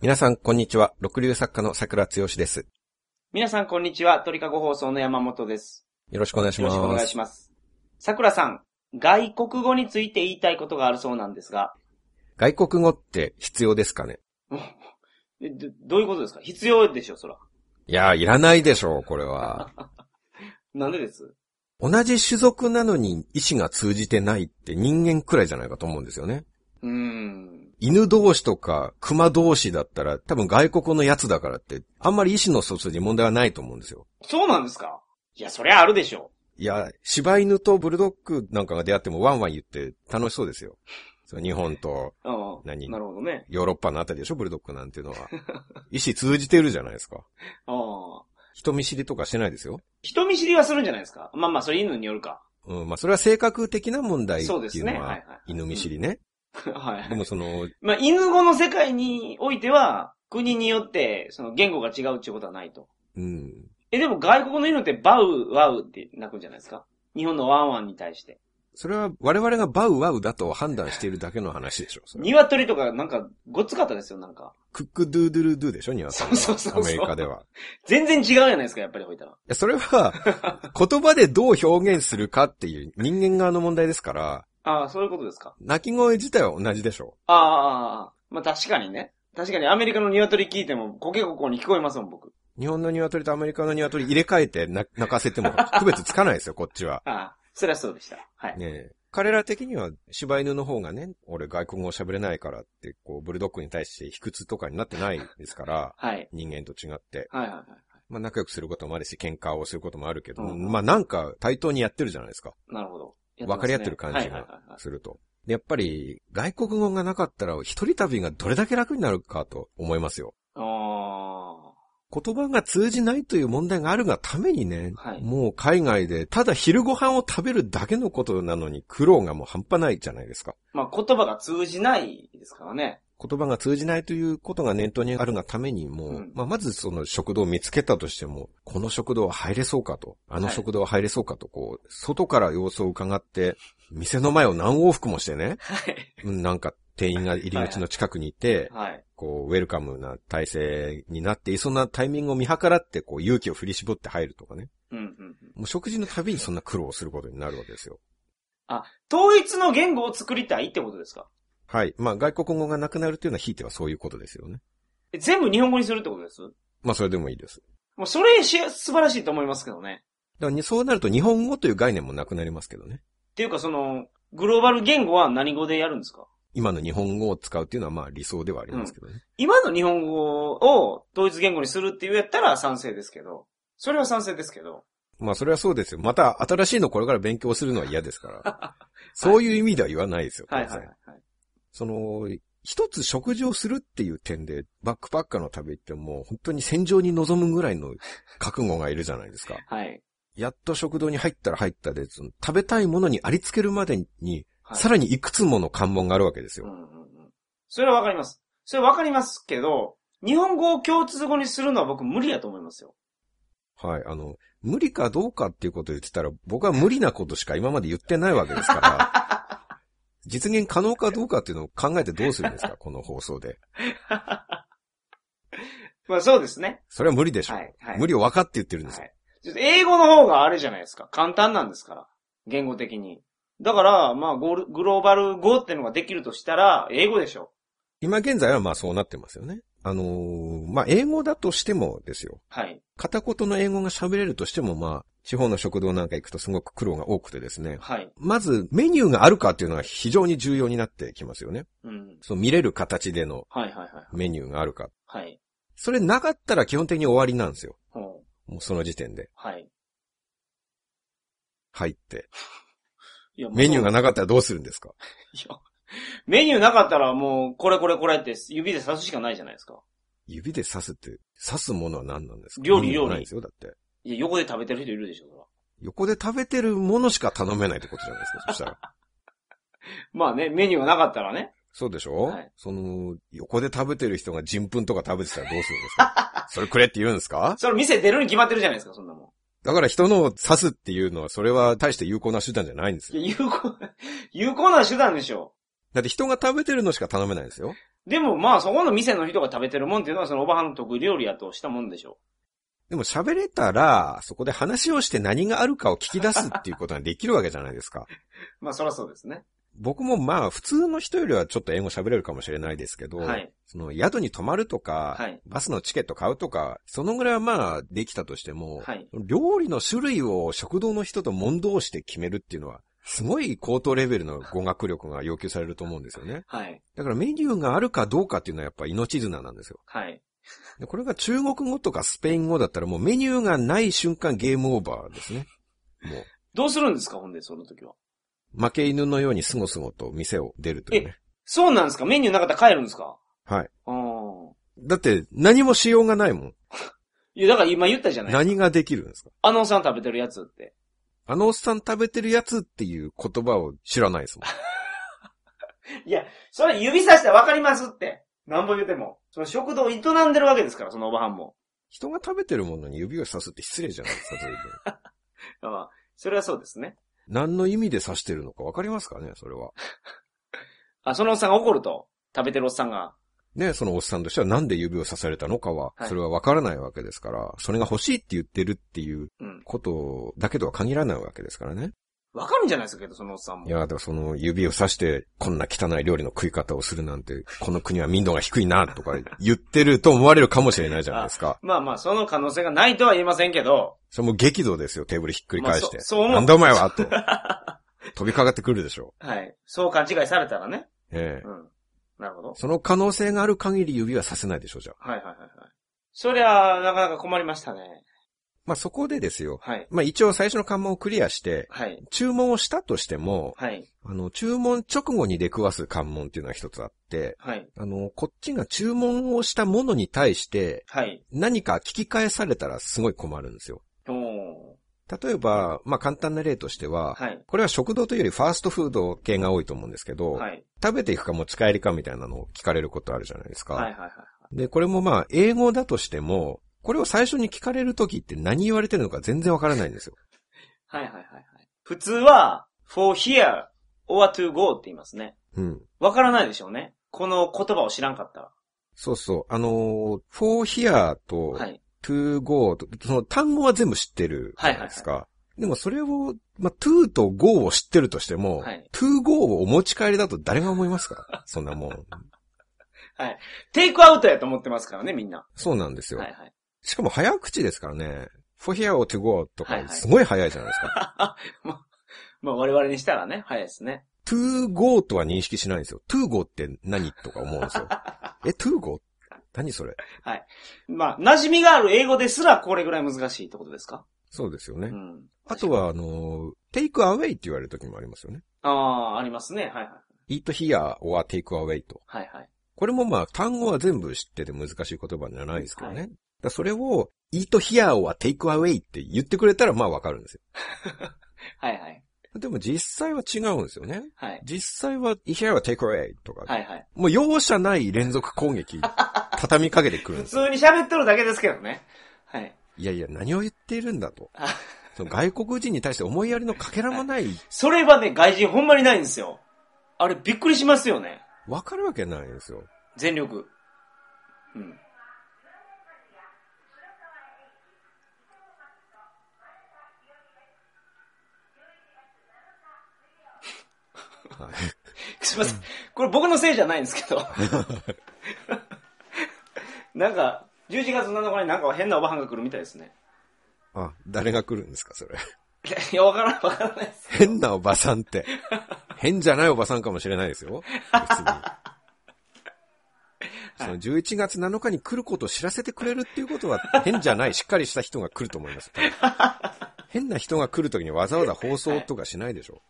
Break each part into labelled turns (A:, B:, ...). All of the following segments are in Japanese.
A: 皆さん、こんにちは。六流作家の桜剛です。
B: 皆さんこんにちは、鳥かご放送の山本です。
A: よろしくお願いし
B: よ
A: ま
B: ろ
A: す。
B: しくお願いします。桜さん、外国語について言いたいことがあるそうなんですが、
A: 外国語って必要ですかね
B: えどどういうことですか必要でしょ、そら。
A: いやー、いらないでしょう、これ は。
B: なんでです
A: 同じ種族なのに意志が通じてないって人間くらいじゃないかと思うんですよね。
B: うーん。
A: 犬同士とか熊同士だったら多分外国のやつだからってあんまり意志の疎通に問題はないと思うんですよ。
B: そうなんですかいや、そりゃあるでしょ
A: いや、柴犬とブルドッグなんかが出会ってもワンワン言って楽しそうですよ。そう日本と
B: う。うん。
A: 何
B: なるほどね。
A: ヨーロッパのあたりでしょ、ブルドッグなんていうの は。意志通じてるじゃないですか。
B: ああ。
A: 人見知りとかしてないですよ。
B: 人見知りはするんじゃないですかまあまあ、それ犬によるか。
A: うん、まあそれは性格的な問題って
B: そうで
A: い
B: す
A: う
B: ね。
A: の
B: はいは。
A: はい犬見知りね。
B: はい。
A: でもその、
B: まあ、犬語の世界においては、国によって、その言語が違うっていうことはないと。
A: うん。
B: え、でも外国の犬ってバウ、ワウって鳴くんじゃないですか日本のワンワンに対して。
A: それは我々がバウワウだと判断しているだけの話でしょ。それは
B: 鶏とかなんか、ごっつかったですよ、なんか。
A: クックドゥードゥルドゥでしょ、ニワトリは
B: そうそうそうそう
A: アメリカでは。
B: 全然違うじゃないですか、やっぱり置いたら
A: い。や、それは、言葉でどう表現するかっていう人間側の問題ですから、
B: ああ、そういうことですか。
A: 鳴き声自体は同じでしょ。
B: ああああ、ああ。まあ、確かにね。確かにアメリカの鶏聞いても、コケココに聞こえますもん、僕。
A: 日本の鶏とアメリカの鶏入れ替えてな鳴かせても区別つかないですよ、こっちは。
B: ああ、そりゃそうでした。はい。
A: ねえ。彼ら的には柴犬の方がね、俺外国語喋れないからって、こう、ブルドッグに対して卑屈とかになってないです から、
B: はい。
A: 人間と違って。
B: はいはいはい。
A: まあ仲良くすることもあるし、喧嘩をすることもあるけど、
B: うん
A: まあなんか対等にやってるじゃないですか。
B: なるほど。やますね
A: 分かり合ってる感じ
B: はいはい
A: が
B: はいはい
A: すると。でやっぱり、外国語がなかったら、一人旅がどれだけ楽になるかと思いますよ。
B: あ
A: 言葉が通じないという問題があるがためにね、
B: はい
A: もう海外で、ただ昼ご飯を食べるだけのことなのに苦労がもう半端ないじゃないですか。
B: あ。まあ、言葉が通じないですからね。
A: 言葉が通じないということが念頭にあるがためにも、
B: うん
A: まあ、まずその食堂を見つけたとしても、この食堂は入れそうかと、あの
B: はい
A: 食堂は入れそうかと、こう、外から様子を伺って、店の前を何往復もしてね、
B: はい。
A: うんなんか店員が入り口の近くにいて、
B: はい。
A: こう、ウェルカムな体制になっていそうなタイミングを見計らって、こう、勇気を振り絞って入るとかね。
B: うんうんうん。
A: もう食事のたびにそんな苦労をすることになるわけですよ。
B: 統一の言語を作りたいってことですか
A: はい。まあ、外国語がなくなるというのは、ひいてはそういうことですよね。
B: え全部日本語にするってことです
A: まあ、それでもいいです。
B: もうそれし素晴らしいと思いますけどね。
A: だからそうなると日本語という概念もなくなりますけどね。
B: っていうかその、グローバル言語は何語でやるんですか
A: 今の日本語を使うっていうのはまあ理想ではありますけどね。
B: 今の日本語を統一言語にするっていうやったら賛成ですけど、それは賛成ですけど、
A: まあそれはそうですよ。また新しいのこれから勉強するのは嫌です から。そういう意味では言わないですよ。
B: はい
A: 当
B: はい
A: 然
B: はいはい。
A: その、一つ食事をするっていう点で、バックパッカーの旅ってもう本当に戦場に臨むぐらいの覚悟がいるじゃないですか。
B: はい。
A: やっと食堂に入ったら入ったで、その食べたいものにありつけるまでに、
B: はい
A: さらにいくつもの関門があるわけです
B: うん
A: よ。
B: うんうん。それはわかります。それはわかりますけど、日本語を共通語にするのは僕無理やと思いますよ。
A: はい、あの、無理かどうかっていうことを言ってたら、僕は無理なことしか今まで言ってないわけですから、 実現可能かどうかっていうのを考えてどうするんですか、 この放送で。
B: まあそうですね。
A: それは無理でしょ。
B: はい。はい。
A: 無理を分かって言ってるんですよ。
B: はい。ちょっと英語の方があれじゃないですか。簡単なんですから。言語的に。だから、まあゴル、グローバル語ってのができるとしたら、英語でしょ。
A: 今現在はまあそうなってますよね。あのーまあ英語だとしてもですよ。
B: はい。
A: 片言の英語が喋れるとしてもまあ、地方の食堂なんか行くとすごく苦労が多くてですね。
B: はい。
A: まずメニューがあるかっていうのが非常に重要になってきますよね。
B: うん。
A: その見れる形での
B: はいはいはい。
A: メニューがあるか。
B: はい。
A: それなかったら基本的に終わりなんですよ。
B: ほう
A: もうその時点で
B: はい。
A: 入って。
B: いや
A: メニューが
B: な、
A: なかったらどうするんですか
B: いやメニューなかったらもう、これこれこれって指で刺すしかないじゃないですか。
A: 指で刺すって、刺すものは何なんですか
B: 料
A: メ
B: 理
A: ニュー
B: 料理
A: ないですよ、だって。
B: いや、横で食べてる人いるでしょ、そら。
A: 横で食べてるものしか頼めないってことじゃないですか、そしたら。
B: まあね、メニューがなかったらね。
A: そうでしょ、
B: はい
A: その、横で食べてる人が人糞とか食べてたらどうするんです かそれくれって言うんですか
B: それ店出るに決まってるじゃないですか、そんなも
A: だから人のを刺すっていうのは、それは大して有効な手段じゃないんです
B: ん。
A: よ。
B: いや、有効、有効な手段でしょ。
A: だって人が食べてるのしか頼めないんですよ。
B: でもまあそこの店の人が食べてるもんっていうのはそのおばはんの得意料理やとしたもんでしょ
A: でも喋れたら、そこで話をして何があるかを聞き出すっていうことができるわけじゃないですか。
B: う。まあそらそうですね。
A: 僕もまあ普通の人よりはちょっと英語喋れるかもしれないですけど、
B: はい。
A: その宿に泊まるとか、
B: はい
A: バスのチケット買うとか、そのぐらいはまあできたとしても、
B: はい。
A: 料理の種類を食堂の人と問答して決めるっていうのは、すごい高等レベルの語学力が要求されると思うんですよね。
B: はい。
A: だからメニューがあるかどうかっていうのはやっぱ命綱なんですよ。
B: はい。
A: でこれが中国語とかスペイン語だったらもうメニューがない瞬間ゲームオーバーですね。もう、
B: どうするんですかほんで、その時は。
A: 負け犬のようにすごすごと店を出るというね。
B: そうなんですかメニューなかったら帰るんですか
A: はい。
B: うん。
A: だって何もしようがないもん。
B: いや、だから今言ったじゃないですか。
A: 何ができるんですか
B: あのおっさん食べてるやつって。
A: あのおっさん食べてるやつっていう言葉を知らないですもん。
B: いや、それ指さしてわかりますって。何ぼ言っても。その食堂を営んでるわけですから、そのおばはんも。
A: 人が食べてるものに指をさすって失礼じゃないですか、随分。
B: まあ、それはそうですね。
A: 何の意味で指してるのかわかりますかね、それは。
B: あ、そのおっさんが怒ると。食べてるおっさんが。
A: ね、そのおっさんとしてはなんで指を刺されたのかは
B: は、い
A: それはわからないわけですから、それが欲しいって言ってるっていう
B: うん。
A: ことだけとは限らないわけですからね。
B: わかるんじゃないですかけど、そのおっさんも。
A: いや、だからその指を刺して、こんな汚い料理の食い方をするなんて、この国は民度が低いな、とか言ってると思われるかもしれないじゃないですか。
B: まあまあ、その可能性がないとは言いませんけど。
A: それもう激怒ですよ、テーブルひっくり返して。
B: まあそそう思う
A: なんだお前は、と。 飛びかかってくるでしょ
B: はい。そう勘違いされたらね。
A: う。ええ。
B: うん。なるほど。
A: その可能性がある限り指はさせないでしょう、じゃあ。
B: はいはいはいはい。そりゃあ、なかなか困りましたね。
A: まあそこでですよ。
B: はい。
A: まあ一応最初の関門をクリアして、
B: はい。
A: 注文をしたとしても、
B: はい。
A: あの、注文直後に出くわす関門っていうのは一つあって、
B: はい。
A: あの、こっちが注文をしたものに対して、
B: はい。
A: 何か聞き返されたらすごい困るんですよ。
B: おー。
A: 例えば、まあ簡単な例としては、
B: はい。
A: これは食堂というよりファーストフード系が多いと思うんですけど、
B: はい。
A: 食べていくか持ち帰りかみたいなのを聞かれることあるじゃないですか。
B: はいはいはい。
A: で、これもまあ英語だとしても、これを最初に聞かれるときって何言われてるのか全然わからないんですよ。
B: はいはいはいはい。普通は、for here or to go って言いますね。
A: うん。
B: わからないでしょうね。この言葉を知らんかったら。
A: そうそう。あのー、for here と
B: はい。
A: to go と、その単語は全部知ってるじゃないですか。でもそれを、まあ、to と go を知ってるとしても、
B: はい
A: to go をお持ち帰りだと誰が思いますかそんなも ん。
B: テイクアウトやと思ってますからね、みんな。
A: そうなんですよ。
B: はいはい。
A: しかも早口ですからね。for here or to go と
B: はい
A: か、
B: はい
A: すごい早いじゃないですか。
B: まあ我々にしたらね、早いですね。
A: to go とは認識しないんですよ。to go って何とか思うん ですよ。え、to go? 何それ
B: まあ、馴染みがある英語ですらこれぐらい難しいってことですか
A: そうですよ
B: う
A: ね。
B: ん。
A: あとは、あのー、take away って言われる時もありますよね。
B: ああ、ありますね。はいはい。
A: eat here or take away と。
B: はいはい。
A: これもまあ、単語は全部知ってて難しい言葉じゃないですけどね。だ
B: は
A: からそれを、eat here or take away って言ってくれたらまあわかるんですよ。
B: はいはい。
A: でも実際は違うんですよね。
B: はい。
A: 実際は、eat here or take away とか、
B: はいはい。
A: もう容赦ない連続攻 撃、畳みかけてくるん
B: 普
A: ですよ。
B: 通に喋っとるだけですけどね。はい。
A: いやいや、何を言っているんだと。
B: あ
A: その外国人に対して思いやりのかけらもない、
B: それはね、外人ほんまにないんですよ。あれ、びっくりしますよね。
A: わかるわけないんですよ。
B: 全力。うん。
A: はい
B: すいません。これ僕のせいじゃないんですけど。なんか、11月7日になんか変なおばはんが来るみたいですね。
A: あ、誰が来るんですか、それ。
B: いや、わからん、わからないです。
A: 変なおばさんって。変じゃないおばさんかもしれないですよ。別 に。その11月7日に来ることを知らせてくれるっていうことは変じゃない、しっかりした人が来ると思い ます。多分変な人が来るときにわざわざ放送とかしないでしょ。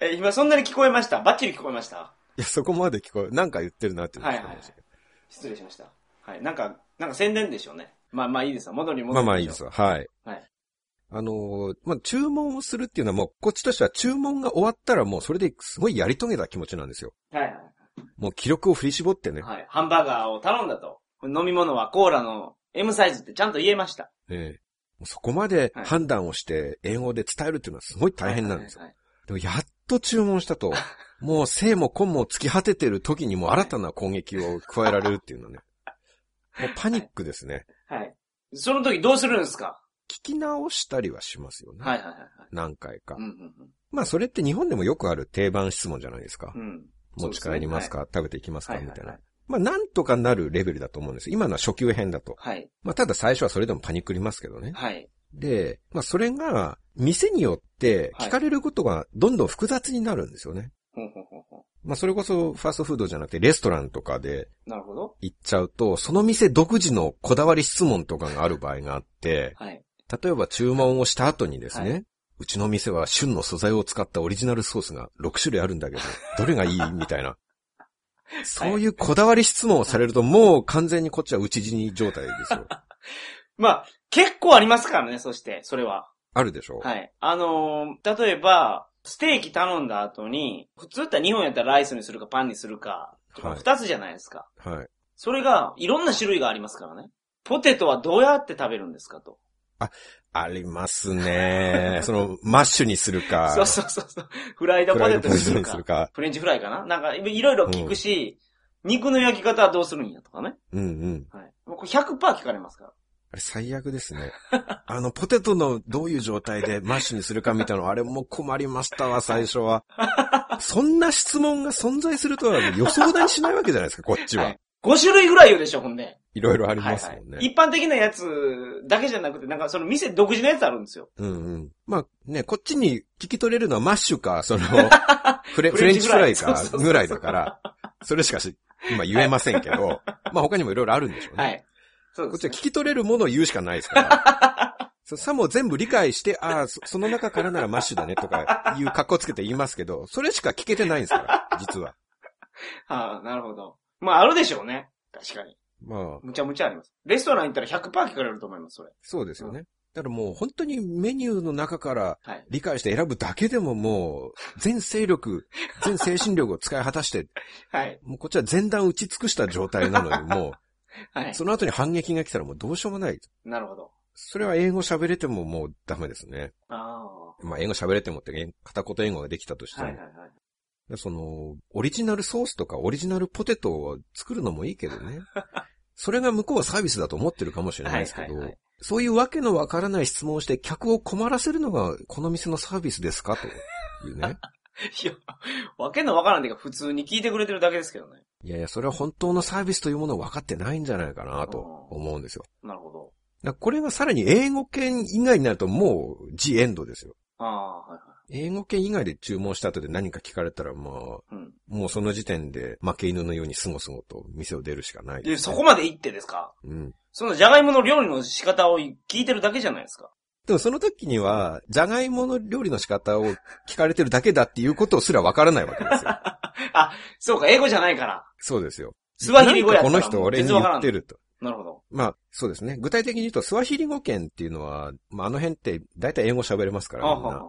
B: え、今そんなに聞こえましたバッチリ聞こえました
A: いや、そこまで聞こえ、なんか言ってるなっていうのが聞こえましたけど
B: 失礼しました。はい。なんか、なんか宣伝でしょうね。まあまあいいですわ。戻り戻
A: まあ
B: り。
A: まあいいですわ。はい。
B: はい。
A: あのーまあ、注文をするっていうのはもう、こっちとしては注文が終わったらもうそれですごいやり遂げた気持ちなんですよ。
B: はいはい。
A: もう気力を振り絞ってね。
B: はい。ハンバーガーを頼んだと。飲み物はコーラの M サイズってちゃんと言えました。
A: ええもうそこまで
B: はい
A: 判断をして英語で伝えるっていうのはすごい大変なんですよ。
B: はいはいはい
A: でもやっと注文した と、もう生も根も突き果ててる時にもう新たな攻撃を加えられるっていうのね。もうパニックですね。
B: はい。その時どうするんですか
A: 聞き直したりはしますよね。
B: はいはいはいはい。
A: 何回か
B: うん。うんうん
A: まあそれって日本でもよくある定番質問じゃないですか。
B: うん。
A: 持ち帰りますか食べていきます
B: は
A: か
B: い
A: み
B: は
A: た
B: い
A: い
B: は。。
A: ないまあなんとかなるレベルだと思うんです。今のは初級編だと。
B: はい。
A: まあただ最初はそれでもパニックりますけどね。
B: はい。
A: で、まあそれが店によって聞かれることがどんどん複雑になるんですよね。
B: ほんほんほんほ
A: まあそれこそファーストフードじゃなくてレストランとかで
B: ん。なるほど。
A: 行っちゃうと、その店独自のこだわり質問とかがある場合があって、
B: はい。
A: 例えば注文をした後にですね、
B: は
A: うちの店は旬の素材を使ったオリジナルソースが6種類あるんだけ ど、どれがいいみたいな。そういうこだわり質問をされると、もう完全にこっちは打ち死に状態です よ。
B: まあ、結構ありますからね、そして、それは。
A: あるでしょ
B: はい。あのー例えば、ステーキ頼んだ後に、普通だったら日本やったらライスにするかパンにするか、とか
A: はい
B: 二つじゃないですか。
A: はい。
B: それが、いろんな種類がありますからね。ポテトはどうやって食べるんですかと。
A: ありますね。その、マッシュにするか、
B: そうそうそうそう。フライド
A: フ
B: ポ
A: ライド
B: テト
A: ポテ
B: にす
A: ト
B: る
A: にす
B: か
A: る。か。
B: フレンチフライかななんか、いろいろ聞くし、肉の焼き方はどうするんやとかね。
A: うんうん。
B: はい。もうこれ100%聞かれますから。
A: あれ最悪ですね。 あの、ポテトのどういう状態でマッシュにするかみたいなの、あれも困りましたわ、最初は。そんな質問が存在するとは予想だにしないわけじゃないですか、こっちは。
B: はい5種類ぐらい言うでしょ、ほんで。
A: いろいろありますもんね。
B: はいはい。一般的なやつだけじゃなくて、なんかその店独自のやつあるんですよ。
A: うんうん。まあね、こっちに聞き取れるのはマッシュか、 その、フレ
B: フ
A: フ
B: レ
A: レ
B: ン
A: ン
B: チ
A: チフ
B: フラ
A: ラ
B: イ
A: イ
B: そう
A: か
B: そうそう、
A: ぐらいだから、それしかし、今言えませんけど、まあ他にもいろいろあるんでしょうね。
B: はい。そう
A: こっ
B: で
A: ち
B: す、
A: は
B: ね。
A: 聞き取れるものを言うしかないですから。そさも全部理解して、ああ、そその中からならマッシュだねとかいう格好つけて言いますけど、それしか聞けてないんですから、実は。
B: はあ、なるほど。まあ、あるでしょうね。確かに。
A: まあ、
B: むちゃむちゃあります。レストラン行ったら100%聞かれると思います、それ。
A: そうですよね。だからもう本当にメニューの中から
B: はい。
A: 理解して選ぶだけでももう、全勢力、全精神力を使い果たして、
B: はい。
A: もうこっちは前段打ち尽くした状態なのに、も
B: は
A: う、
B: い。
A: その後に反撃が来たらもうどうしようもない。
B: なるほど。
A: それは英語喋れてももうダメですね。
B: あ
A: まあ英語喋れてもってえん片言英語ができたとし
B: あ。
A: て
B: はいは
A: も
B: い。はい。
A: でその、オリジナルソースとかオリジナルポテトを作るのもいいけど ね。それが向こうはサービスだと思ってるかもしれないですけ
B: はいはいは
A: ど
B: い、
A: そういうわけのわからない質問をして客を困らせるのがこの店のサービスですかという ね。
B: いや、わけのわからんていうか、普通に聞いてくれてるだけですけどね。
A: いやいや、それは本当のサービスというものを分かってないんじゃないかなと思うんですよ。
B: なるほど。
A: だからこれがさらに英語圏以外になるともう、ジエンドですよ。
B: ああ、はいは
A: 英語圏以外で注文した後で何か聞かれたら、まあ、
B: い。うん。
A: もうその時点で負け犬のようにすごすごと店を出るしかない
B: で、
A: です
B: そ
A: ね、
B: こまで行ってですか
A: うん。
B: そのじゃがいもの料理の仕方を聞いてるだけじゃないですか。
A: でもその時には、じゃがいもの料理の仕方を聞かれてるだけだっていうことすらわからないわけ ですよ。
B: そうか、英語じゃないから。
A: そうですよ。
B: スワヒリ語や
A: な
B: った
A: ん
B: ら
A: かこの人俺に
B: 全然
A: 言
B: わからん
A: ってると。
B: なるほど。
A: まあ、そうですね。具体的に言うと、スワヒリ語圏っていうのは、まああの辺って大体英語喋れますから、みんな。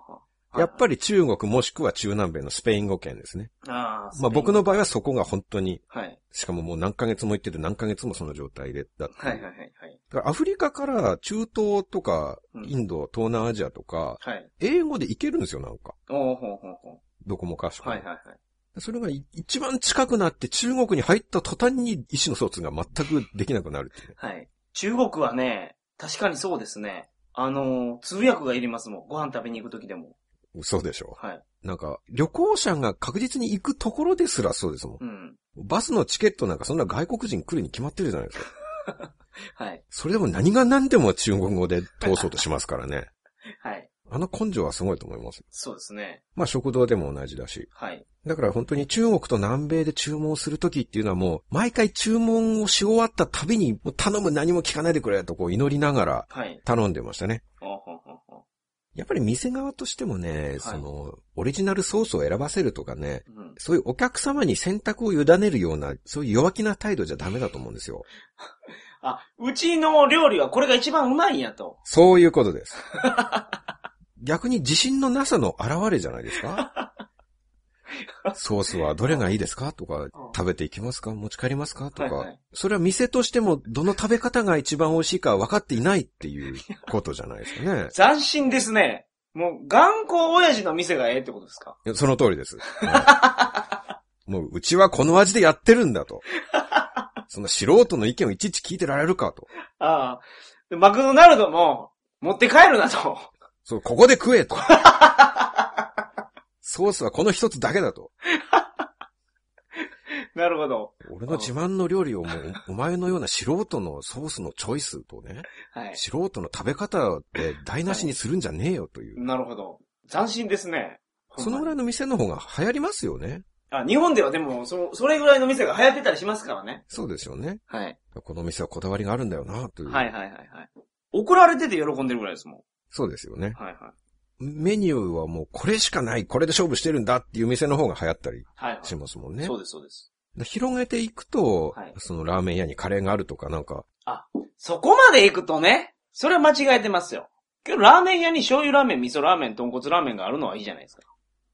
A: やっぱ
B: り、
A: り中国もしくは中南米のスペイン語圏ですね。
B: あー
A: まあ僕、の場合はそこが本当に、
B: スペインはい。
A: しかももう何ヶ月も行ってて何ヶ月もその状態でだった。
B: はいはいはいはい。
A: だからアフリカから中東とか
B: うん
A: インド、東南アジアとか、
B: はい。
A: 英語で行けるんですよ、なんか。
B: おーほうほうほ
A: どこもかしこ
B: う。
A: も
B: はいはいはい。
A: それがい一番近くなって中国に入った途端に意思の疎通が全くできなくなるっていうね。
B: はい。中国はね、確かにそうですね。あのー、通訳がいりますもん。ご飯食べに行くときでも。
A: 嘘でしょ。
B: はい。
A: なんか、旅行者が確実に行くところですらそうですもん
B: う。ん。
A: バスのチケットなんかそんな外国人来るに決まってるじゃないですか。
B: はい。
A: それでも何が何でも中国語で通そうとしますからね。
B: はい。
A: あの根性はすごいと思います。
B: そうですね。
A: まあ食堂でも同じだし。
B: はい。
A: だから本当に中国と南米で注文するときっていうのはもう、毎回注文をし終わったたびに、もう頼む何も聞かないでくれとこう祈りながら
B: はい。
A: 頼んでましたね。
B: おーほうほうほ
A: やっぱり店側としてもね、その、オリジナルソースを選ばせるとかね、
B: う。うん。
A: そういうお客様に選択を委ねるような、そういう弱気な態度じゃダメだと思うんですよ。
B: あ、うちの料理はこれが一番うまいんやと。
A: そういうこと です。逆に自信のなさの表れじゃないですか ソースはどれがいいですかとか、食べていきますか持ち帰りますかと
B: はいは
A: か
B: い、。
A: それは店としてもどの食べ方が一番美味しいか分かっていないっていうことじゃないですかね
B: 斬新ですね。もう、頑固親父の店がええってことですか
A: いやその通りです。はい もう、うちはこの味でやってるんだと。そんな素人の意見をいちいち聞いてられるかと。
B: ああ。でマクドナルドも、持って帰るなと。
A: そう、ここで食 えと。ソースはこの一つだけだと。
B: なるほど。
A: 俺の自慢の料理をもう、お前のような素人のソースのチョイスとね、
B: はい。
A: 素人の食べ方で台無しにするんじゃねえよという。
B: なるほど。斬新ですね。
A: そのぐら
B: い
A: いの店の方が流行りますよね。
B: あ、日本ではでも、その、それぐらいの店が流行ってたりしますからね。
A: そうですよね。
B: はい。
A: この店はこだわりがあるんだよな、という。
B: はいはいはいはい。怒られてて喜んでるぐらいですも
A: そうですよね。
B: ん。はいは
A: メニューはもうこれしかない、これで勝負してるんだっていう店の方が流行ったり
B: い。はい、はい。
A: しますもんね
B: そ。うですそうです。
A: で広げていくと、
B: はい
A: そのラーメン屋にカレーがあるとかなんか、
B: そこまで行くとね、それは間違えてますよ。けど、ラーメン屋に醤油ラーメン、味噌ラーメン、豚骨ラーメンがあるのはいいじゃないですか。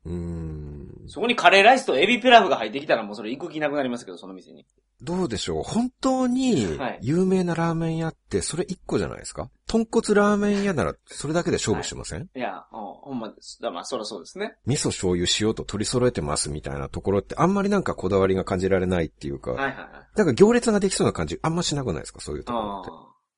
A: うーん、
B: そこにカレーライスとエビピラフが入ってきたらもうそれ行く気なくなりますけど、その店に。
A: どうでしょう本当に
B: はい
A: 有名なラーメン屋ってそれ一個じゃないですか豚骨ラーメン屋ならそれだけで勝負してません、
B: いや、うんほんまです。だまあ、そらそうですね。
A: 味噌醤油塩と取り揃えてますみたいなところってあんまりなんかこだわりが感じられないっていうか、
B: はいはいはい。
A: なんか行列ができそうな感じあんましなくないですかそういうところ
B: あ
A: って。
B: ー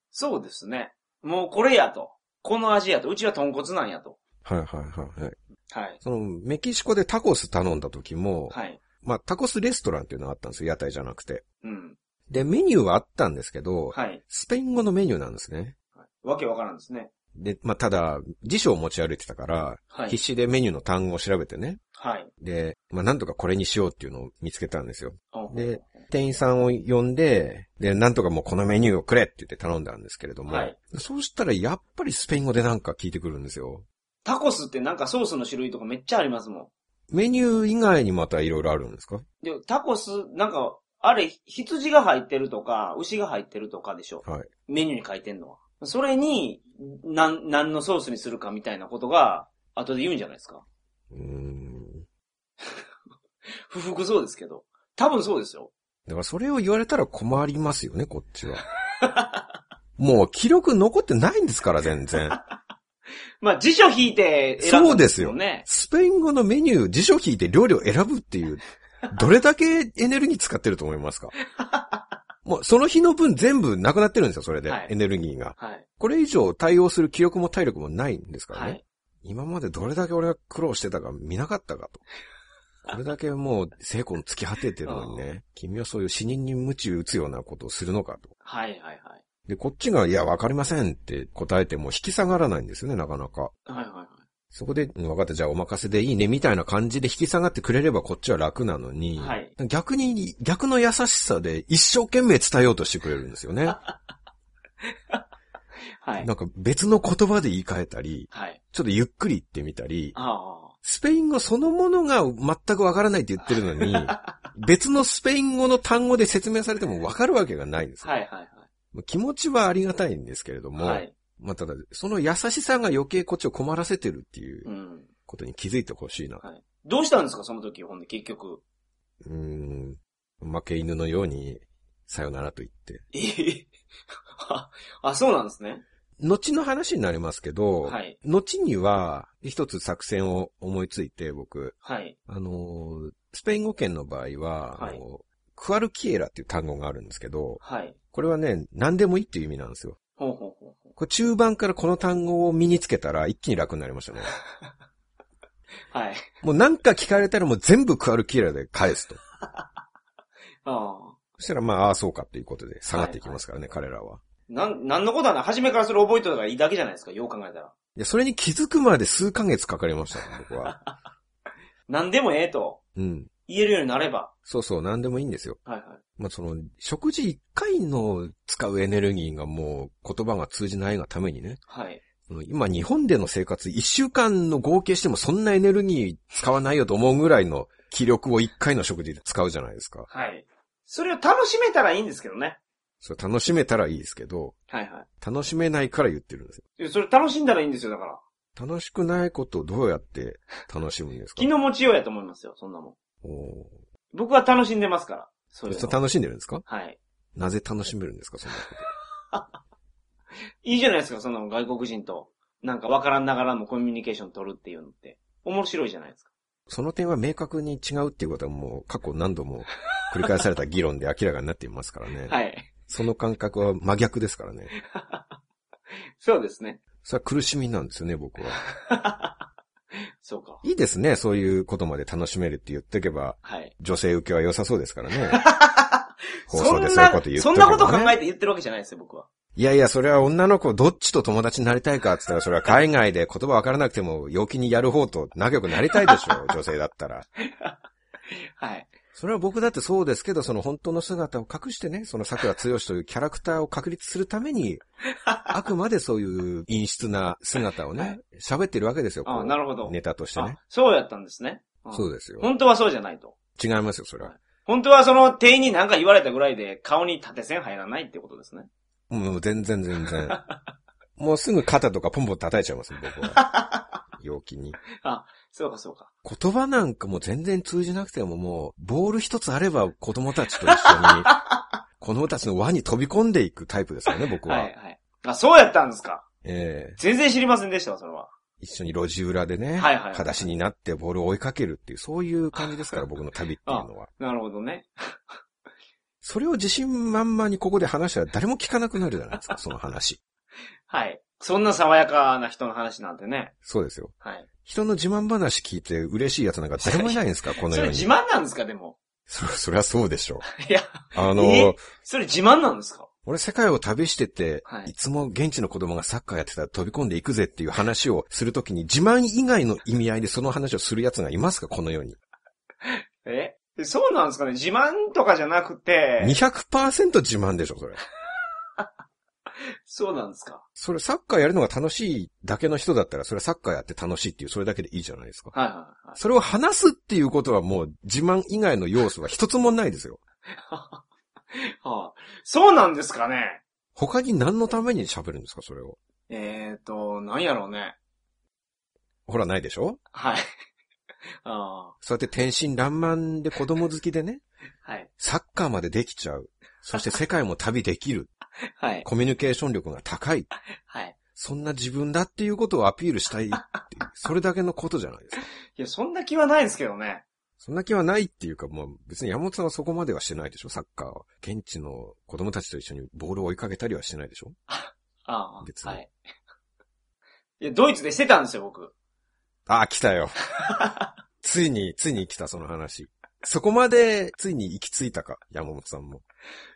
B: そうですね。もうこれやと。この味やと。うちは豚骨なんやと。
A: はいはいはいはい。
B: はい。
A: そのメキシコでタコス頼んだ時も、
B: はい。
A: まあタコスレストランっていうのがあったんですよ。屋台じゃなくて。
B: うん。
A: で、メニューはあったんですけど、
B: はい。
A: スペイン語のメニューなんですね。
B: わけわからんですね。
A: で、まあ、ただ、辞書を持ち歩いてたから、
B: は
A: 必
B: い。
A: 死でメニューの単語を調べてね。
B: はい。
A: で、まあ、なんとかこれにしようっていうのを見つけたんですよ。
B: お
A: で、店員さんを呼んで、で、なんとかもうこのメニューをくれって言って頼んだんですけれども、
B: はい
A: そうしたらやっぱりスペイン語でなんか聞いてくるんですよ。
B: タコスってなんかソースの種類とかめっちゃありますも
A: メニュー以外にまた色々あるんですか
B: ん。で、タコス、なんか、あれ、羊が入ってるとか、牛が入ってるとかでしょ。
A: はい。
B: メニューに書いてんのは。それに、なん、何のソースにするかみたいなことが、後で言うんじゃないですか。
A: うーん。
B: 不服そうですけど。多分そうですよ。
A: だからそれを言われたら困りますよね、こっちは。 もう記録残ってないんですから、全然。
B: まあ、辞書引いて選ぶんもんね。
A: スペイン語のメニュー、辞書引いて料理を選ぶっていう、どれだけエネルギー使ってると思いますかもうその日の分全部なくなってるんですよ、それで。
B: はい
A: エネルギーが。
B: はい。
A: これ以上対応する気力も体力もないんですから
B: は
A: ね。
B: い。
A: 今までどれだけ俺が苦労してたか見なかったかと。これだけもう成功に尽き果ててるのに ね、君はそういう死人に鞭打つようなことをするのかと。
B: はいはいはい。
A: で、こっちが、いや、わかりませんって答えても引き下がらないんですよね、なかなか。
B: はいはいはい。
A: そこで、うん分かった、じゃあお任せでいいね、みたいな感じで引き下がってくれればこっちは楽なのに、
B: はい
A: 逆に、逆の優しさで一生懸命伝えようとしてくれるんですよね。
B: はい。
A: なんか別の言葉で言い換えたり、
B: はい。
A: ちょっとゆっくり言ってみたり、
B: ああ。
A: スペイン語そのものが全くわからないって言ってるの に、別のスペイン語の単語で説明されてもわかるわけがないんですよ
B: はいはい
A: 気持ちはありがたいんですけれど
B: はい。
A: も、
B: はい。
A: まあただ、その優しさが余計こっちを困らせてるっていう
B: うん。
A: ことに気づいてほしいな
B: どうしたんですか、その時、ほんで、結局。
A: うーん、負け犬のように、さよならと言って。
B: えへ あ、あそうなんですね。
A: 後の話になりますけど、
B: はい
A: 後には、一つ作戦を思いついて、僕、
B: はい。
A: あのー、スペイン語圏の場合は、
B: はい
A: あのクアルキエラっていう単語があるんですけど、
B: はい。
A: これはね、何でもいいっていう意味なんですよ。
B: ほうほうほうほ
A: これ中盤からこの単語を身につけたら一気に楽になりま したね。
B: う。はい。
A: もうなんか聞かれたらもう全部クアルキエラで返すと。
B: ああ。
A: そしたらまあ、ああ、そうかっていうことで下がっていきますからね、彼らは。
B: なん、なんのことはな、初めからそれ覚えといたらいいだけじゃないですか、よう考えたら。
A: いや、それに気づくまで数ヶ月かかりましたね、僕 は。
B: なんでもええと、
A: うん。
B: 言えるようになれば。
A: そうそう、何でもいいんですよ。
B: はいはい。
A: まあ、その、食事一回の使うエネルギーがもう言葉が通じないがためにね、
B: はい。
A: その今日本での生活一週間の合計してもそんなエネルギー使わないよと思うぐらいの気力を一回の食事で使うじゃないですか。
B: はい。それを楽しめたらいいんですけどね。
A: それ楽しめたらいいですけど、
B: はいは
A: 楽しめないから言ってるんですよ。
B: い。それ楽しんだらいいんですよ、だから。
A: 楽しくないことをどうやって楽しむんですか
B: 気の持ちようやと思いますよ、そんなもん。
A: お
B: 僕は楽しんでますから。そ
A: ー
B: ういう
A: ずっと
B: の。
A: 楽しんでるんですか
B: はい。
A: なぜ楽しめるんですかそんなこと。
B: いいじゃないですか、そんなの外国人と。なんかわからんながらもコミュニケーション取るっていうのって、面白いじゃないですか。
A: その点は明確に違うっていうことはもう過去何度も繰り返された議論で明らかになっていますからね。
B: はい。
A: その感覚は真逆ですからね。
B: そうですね。
A: それは苦しみなんですよね、僕は。
B: そうか。
A: いいですね、そういうことまで楽しめるって言っておけば、
B: はい。
A: 女性受けは良さそうですからね。放
B: そ
A: 送
B: ん
A: で
B: な
A: そういうこと言っ
B: そ
A: と
B: ん
A: けば、
B: な
A: ね。
B: こと考えて言ってるわけじゃないですよ、僕は。
A: いやいや、それは女の子どっちと友達になりたいかって言ったら、それは海外で言葉わからなくても、陽気にやる方と仲良くなりたいでしょう、女性だったら。
B: はい。
A: それは僕だってそうですけど、その本当の姿を隠してね、その桜剛というキャラクターを確立するため に、あくまでそういう陰湿な姿をね、喋ってるわけですよ。こう
B: あなるほど
A: ネタとして
B: あ
A: ね。、
B: そうやったんですね。うん
A: そうですよ。
B: 本当はそうじゃないと。
A: 違いますよ、それは。
B: 本当はその店員に何か言われたぐらいで顔に縦線入らないってことですね。
A: もう全然全 然。もうすぐ肩とかポンポン叩いちゃいますよ、僕は。陽気に。
B: そうかそうか。
A: 言葉なんかもう全然通じなくてももう、ボール一つあれば子供たちと一緒 に、子供たちの輪に飛び込んでいくタイプですよね、僕は。
B: はいはい。あ、そうやったんですか。
A: ええ
B: 全然知りませんでしたわ、それは。
A: 一緒に路地裏でね、
B: はいはい
A: 裸足になってボールを追いかけるっていう、そういう感じですから、僕の旅っていうのは。
B: なるほどね。
A: それを自信満々にここで話したら誰も聞かなくなるじゃない ですか、その話。
B: はい。そんな爽やかな人の話なんてね。
A: そうですよ。
B: はい。
A: 人の自慢話聞いて嬉しいやつなんか誰もいないんですか、この
B: そ
A: 世
B: れ
A: に。
B: 自
A: そ
B: 慢なんですか、でも。
A: そりゃそうでしょ
B: いや、
A: う。あの
B: えそれ自慢なんですか
A: 俺世界を旅してて、、
B: はいい
A: つも現地の子供がサッカーやってたら飛び込んでいくぜっていう話をするときに自慢以外の意味合いでその話をするやつがいますかこの世に。
B: えそうなんですかね自慢とかじゃなくて、
A: 200%自慢でしょ、それ。
B: そうなんですか
A: それサッカーやるのが楽しいだけの人だったら、それはサッカーやって楽しいっていう、それだけでいいじゃないですか。
B: はいはいはい。
A: それを話すっていうことはもう自慢以外の要素は一つもないですよ。
B: はあ、そうなんですかね
A: 他に何のために喋るんですか、それを。
B: えーと、なんやろうね。
A: ほら、ないでしょ
B: はい。 あ
A: そうやって天真爛漫で子供好きでね、
B: あ、はい。
A: サッカーまでできちゃう。そして世界も旅できる。
B: はい。
A: コミュニケーション力が高い。
B: はい。
A: そんな自分だっていうことをアピールしたいっていう、それだけのことじゃないですか。
B: いや、そんな気はないですけどね。
A: そんな気はないっていうか、もう別に山本さんはそこまではしてないでしょ、サッカーは。現地の子供たちと一緒にボールを追いかけたりはしてないでしょ
B: あ
A: 別
B: あ、
A: に
B: はい。いや、ドイツでしてたんですよ、僕。
A: ああ、来 たよ。ついに、ついに来た、その話。そこまで、ついに行き着いたか、山本さんも。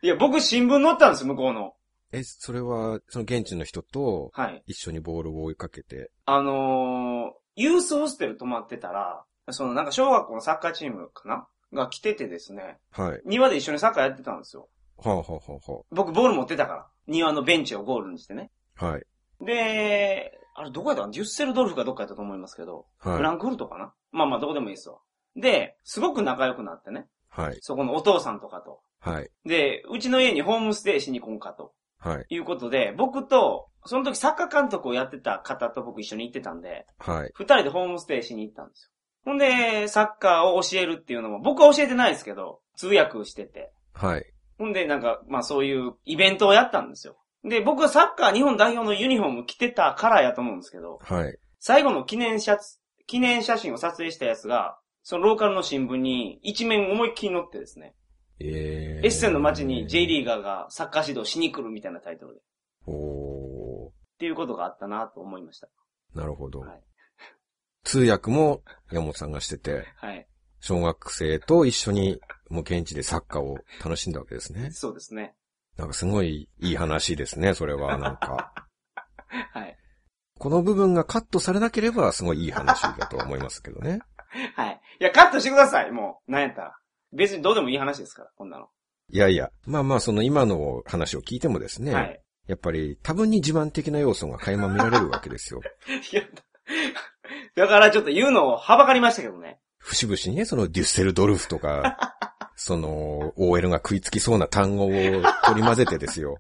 B: いや、僕新聞載ったんです、向こうの。
A: え、それは、その現地の人と
B: はい。
A: 一緒にボールを追いかけて、
B: あのー、ユースホステル泊まってたら、そのなんか小学校のサッカーチームかなが来ててですね、
A: はい。
B: 庭で一緒にサッカーやってたんですよ。
A: はあ、はあは
B: 僕ボール持ってたから。庭のベンチをゴールにしてね。
A: あはあ、はい。
B: で、あれどこやったかなデュッセルドルフかどっかやったと思いますけど、フラ
A: はい。
B: ンクフルトかなまあまあどこでもいいですわ。で、すごく仲良くなってね、
A: はい。
B: そこのお父さんとかと。
A: はい。
B: で、うちの家にホームステイしに来んかと。
A: はい。
B: いうことで、僕と、その時サッカー監督をやってた方と僕一緒に行ってたんで、
A: はい。
B: 二人でホームステイしに行ったんですよ。ほんで、サッカーを教えるっていうのも、僕は教えてないですけど、通訳してて。
A: はい。
B: ほんで、なんか、まあそういうイベントをやったんですよ。で、僕はサッカー日本代表のユニフォーム着てたからやと思うんですけど、
A: はい。
B: 最後の記念シャツ、記念写真を撮影したやつが、そのローカルの新聞に一面思いっきり載ってですね、
A: え
B: エッセンの街に J
A: ー
B: リーガーがサッカー指導しに来るみたいなタイトルで、っ
A: グ。お
B: ていうことがあったなと思いました。
A: ーなるほど。
B: はい
A: 通訳も山本さんがしてて、
B: はい。
A: 小学生と一緒にもう現地でサッカーを楽しんだわけですね。
B: そうですね。
A: なんかすごいいい話ですね、それはなん か。
B: はい。
A: この部分がカットされなければすごいいい話だと思いますけどね。
B: はい。いや、カットしてください、もう。なんやったら。別にどうでもいい話ですから、こんなの。
A: いやいや、まあまあその今の話を聞いてもですね、
B: はい。
A: やっぱり多分に自慢的な要素が垣間見られるわけですよ。
B: いや、 だからちょっと言うのをはばかりましたけどね。
A: 節々にね、そのデュッセルドルフと か、その OL が食いつきそうな単語を取り混ぜてですよ。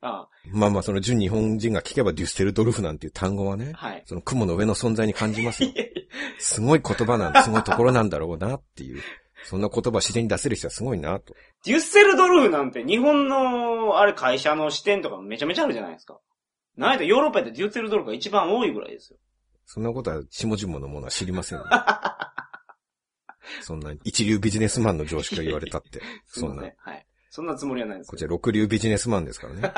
B: あ
A: まあまあその純日本人が聞けばデュッセルドルフなんていう単語はね
B: あ、はい。
A: その雲の上の存在に感じます
B: い
A: よ。
B: やい
A: すごい言葉なん、すごいところなんだろうなっていう。そんな言葉自然に出せる人はすごいなと。
B: やデュッセルドルフなんて日本の、あれ会社の支店とかめちゃめちゃあるじゃないですか。なんやったらヨーロッパやったらデューツェルドルフが一番多いぐらいですよ。
A: そんなことは、下々のものは知りませんよ。そんな、一流ビジネスマンの常識が言われたって。
B: すい
A: そ
B: ま
A: ん
B: せ
A: な、
B: ん。はい。そんなつもりはないんです
A: こち
B: けど。
A: ら六流ビジネスマンですからね。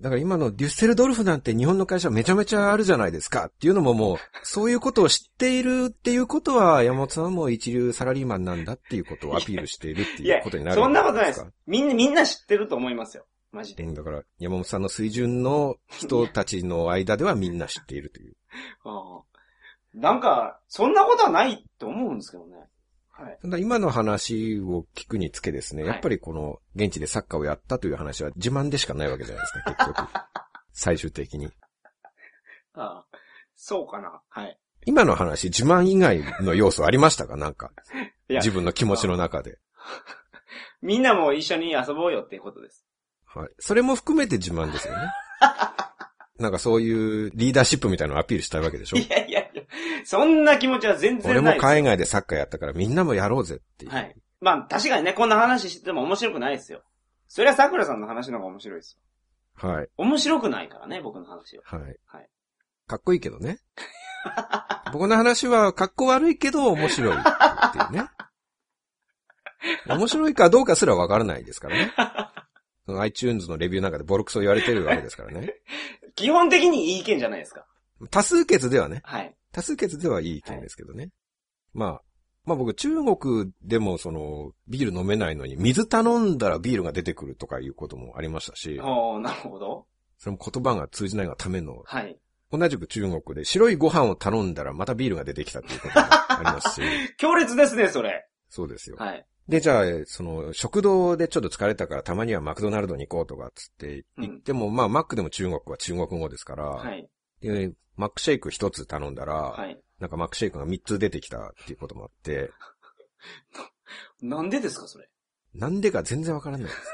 A: だから今のデュッセルドルフなんて日本の会社めちゃめちゃあるじゃないですかっていうのももう、そういうことを知っているっていうことは、山本さんはもう一流サラリーマンなんだっていうことをアピールしているってい
B: い
A: う
B: や
A: ことにな、る
B: そんなこと
A: じ
B: な
A: ゃ
B: いです。みんな、みんな知ってると思いますよ。マジで。
A: うんだから、山本さんの水準の人たちの間ではみんな知っているという。
B: ああなんか、そんなことはないと思うんですけどね。はい。
A: ただ今の話を聞くにつけですね、
B: はい
A: やっぱりこの現地でサッカーをやったという話は自慢でしかないわけじゃないですか、結局。最終的に。
B: ああそうかな。はい。
A: 今の話、自慢以外の要素ありましたかなんか。
B: いや
A: 自分の気持ちの中で。
B: みんなも一緒に遊ぼうよっていうことです。
A: はい。それも含めて自慢ですよ ね。なんかそういうリーダーシップみたいなのをアピールしたいわけでしょ
B: いやいやいや、そんな気持ちは全
A: 俺
B: 然な
A: も
B: いです。
A: 海外でサッカーやったからみんなもやろうぜっていう。
B: はい。まあ、確かにね、こんな話してても面白くないですよ。そりゃ桜さんの話の方が面白いですよ。
A: はい。
B: 面白くないからね、僕の話は。
A: はい。
B: はい
A: かっこいいけどね。僕の話は、かっこ悪いけど面白いっていう ね。面白いかどうかすらわからないですからね。 その iTunes のレビューなんかでボロクソ言われてるわけですからね。
B: 基本的にいい意見じゃないですか。
A: 多数決ではね。
B: はい。
A: 多数決ではいい意見ですけどね。まあ、まあ僕、中国でもその、ビール飲めないのに、水頼んだらビールが出てくるとかいうこともありましたし、
B: おーなるほど。
A: それも言葉が通じないがための
B: はい。
A: 同じく中国で白いご飯を頼んだらまたビールが出てきたっていうことがあり ますし、
B: 強烈ですね、それ。
A: そうですよ。
B: はい。
A: で、じゃあ、その、食堂でちょっと疲れたからたまにはマクドナルドに行こうとかっつって行っても、まあ、マックでも中国は中国語ですから、
B: はい。
A: でマックシェイク一つ頼んだら、
B: はい。
A: なんかマックシェイクが三つ出てきたっていうこともあって、
B: なんでですか、それ。
A: なんでか全然わからないです。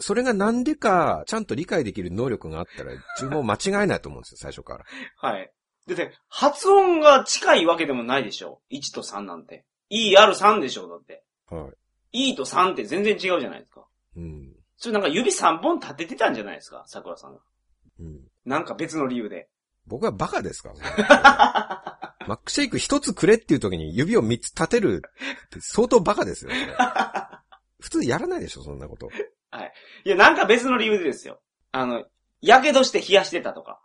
A: それがなんでか、ちゃんと理解できる能力があったら、注文間違えないと思うんですよ、最初から。
B: はい。だって、発音が近いわけでもないでしょ。1と3なんて。ER3 でしょ、だって。
A: は
B: E と3って全然違うじゃないですか。
A: い。うん。
B: それなんか指3本立ててたんじゃないですか、桜さんが。
A: うん。
B: なんか別の理由で。
A: 僕はバカですかマックシェイク一つくれっていう時に指を三つ立てるって相当バカですよ、それ普通やらないでしょ、そんなこと。
B: いや、なんか別の理由でですよ。あの、やけどして冷やしてたとか。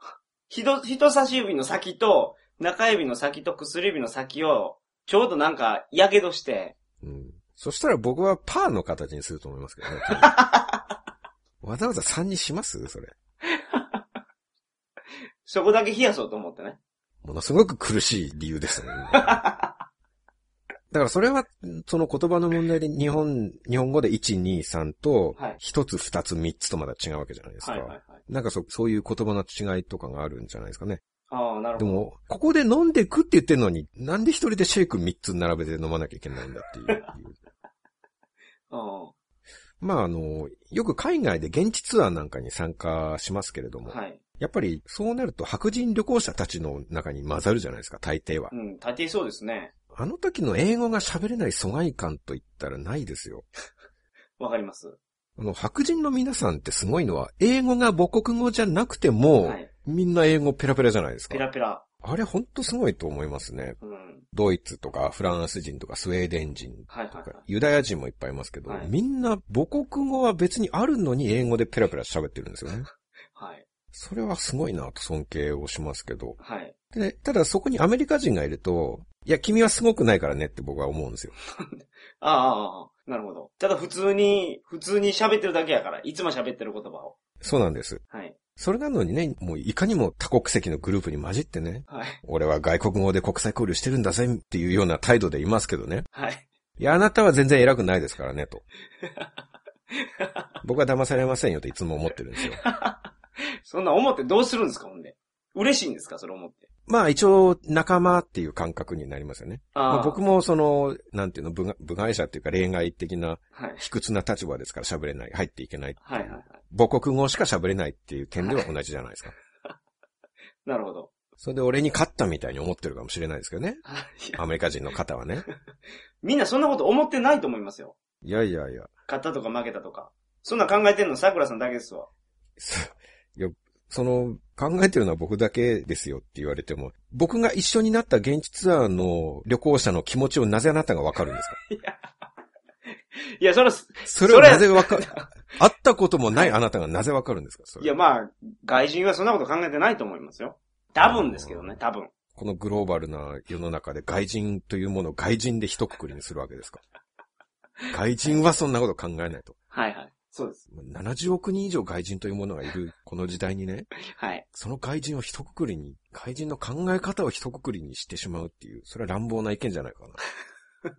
B: ひど、人差し指の先と、中指の先と薬指の先を、ちょうどなんか、やけどして、
A: うん。そしたら僕はパーの形にすると思いますけどね。わざわざ3にしますそれ。
B: そこだけ冷やそうと思ってね。
A: ものすごく苦しい理由ですね。 だからそれは、その言葉の問題で日本、日本語で1、2、3と
B: はい、
A: 1つ、2つ、3つとまだ違うわけじゃないですか。
B: はいはいはい。
A: なんかそ、そういう言葉の違いとかがあるんじゃないですかね。
B: ああ、なる
A: で
B: ほど。
A: も、ここで飲んでくって言ってんのに、なんで一人でシェイク3つ並べて飲まなきゃいけないんだって いう。
B: あ
A: まああの、よく海外で現地ツアーなんかに参加しますけれども、
B: あはい。
A: やっぱりそうなると白人旅行者たちの中に混ざるじゃないですか、大抵は
B: う。ん、大抵そうですね。
A: あの時の英語が喋れない疎外感と言ったらないですよ。
B: わかります。
A: あの、白人の皆さんってすごいのは、英語が母国語じゃなくても、
B: はい。
A: みんな英語ペラペラじゃないですか
B: ペ。ラペラ。
A: あれほんとすごいと思いますね。
B: うん。
A: ドイツとかフランス人とかスウェーデン人
B: はいはい
A: と
B: は
A: か
B: い。
A: ユダヤ人もいっぱいいますけど、
B: はい
A: みんな母国語は別にあるのに英語でペラペラ喋ってるんです よね。
B: はい。
A: それはすごいなと尊敬をしますけど。
B: はい。
A: で、ただそこにアメリカ人がいると、いや、君はすごくないからねって僕は思うんですよ。
B: ああああ、ああなるほど。ただ普通に、普通に喋ってるだけやから、いつも喋ってる言葉を。
A: そうなんです。
B: はい。
A: それなのにね、もういかにも多国籍のグループに混じってね、
B: はい。
A: 俺は外国語で国際交流してるんだぜっていうような態度でいますけどね。
B: はい。
A: いや、あなたは全然偉くないですからね、と。僕は騙されませんよといつも思ってるんですよ。
B: そんな思ってどうするんですか、ほんで。嬉しいんですか、それ思って。
A: まあ一応仲間っていう感覚になりますよね。
B: あ
A: まあ、僕
B: も。
A: もその、なんていうの、部外部外者っていうか例外的な
B: はい。
A: 卑屈な立場ですから喋れない、入っていけないっていう
B: はいはいはい。
A: 母国語しか喋れないっていう点では同じじゃないですか。
B: なるほど。
A: それで俺に勝ったみたいに思ってるかもしれないですけどね。
B: はいい や
A: アメリカ人の方はね。
B: みんなそんなこと思ってないと思いますよ。
A: いやいやいや。
B: 勝ったとか負けたとか。そんなん考えてんの桜さんだけですわ。
A: そういや、その、考えてるのは僕だけですよって言われても、僕が一緒になった現地ツアーの旅行者の気持ちをなぜあなたがわかるんですか
B: いや、それは、
A: それをなぜわか、会ったこともないあなたがなぜわかるんですかそれ
B: いや、まあ、外人はそんなこと考えてないと思いますよ。多分ですけどね、多分。
A: このグローバルな世の中で外人というものを外人で一括りにするわけですか外人はそんなこと考えないと。
B: はいはい。そうです。
A: 70億人以上外人というものがいるこの時代にね、
B: はい。
A: その外人を一括りに、外人の考え方を一括りにしてしまうっていう、それは乱暴な意見じゃないかな。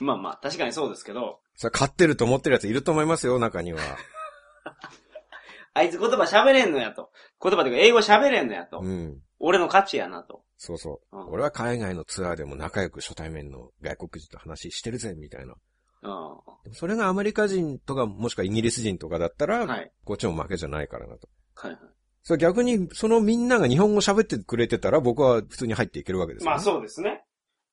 B: まあまあ、確かにそうですけど、
A: それは勝ってると思ってるやついると思いますよ、中には。
B: あいつ言葉喋れんのやと。言葉というか英語喋れんのやと。
A: うん。
B: 俺の価値やなと。
A: そうそうう。
B: ん
A: 俺は海外のツアーでも仲良く初対面の外国人と話してるぜ、みたいな。
B: うん。
A: でもそれがアメリカ人とか、もしくはイギリス人とかだったら、
B: はい。
A: こっちも負けじゃないからなと。
B: はいは
A: それ逆に、そのみんなが日本語喋ってくれてたら、僕は普通に入っていけるわけで
B: い。
A: すよ、ね。
B: まあそうですね。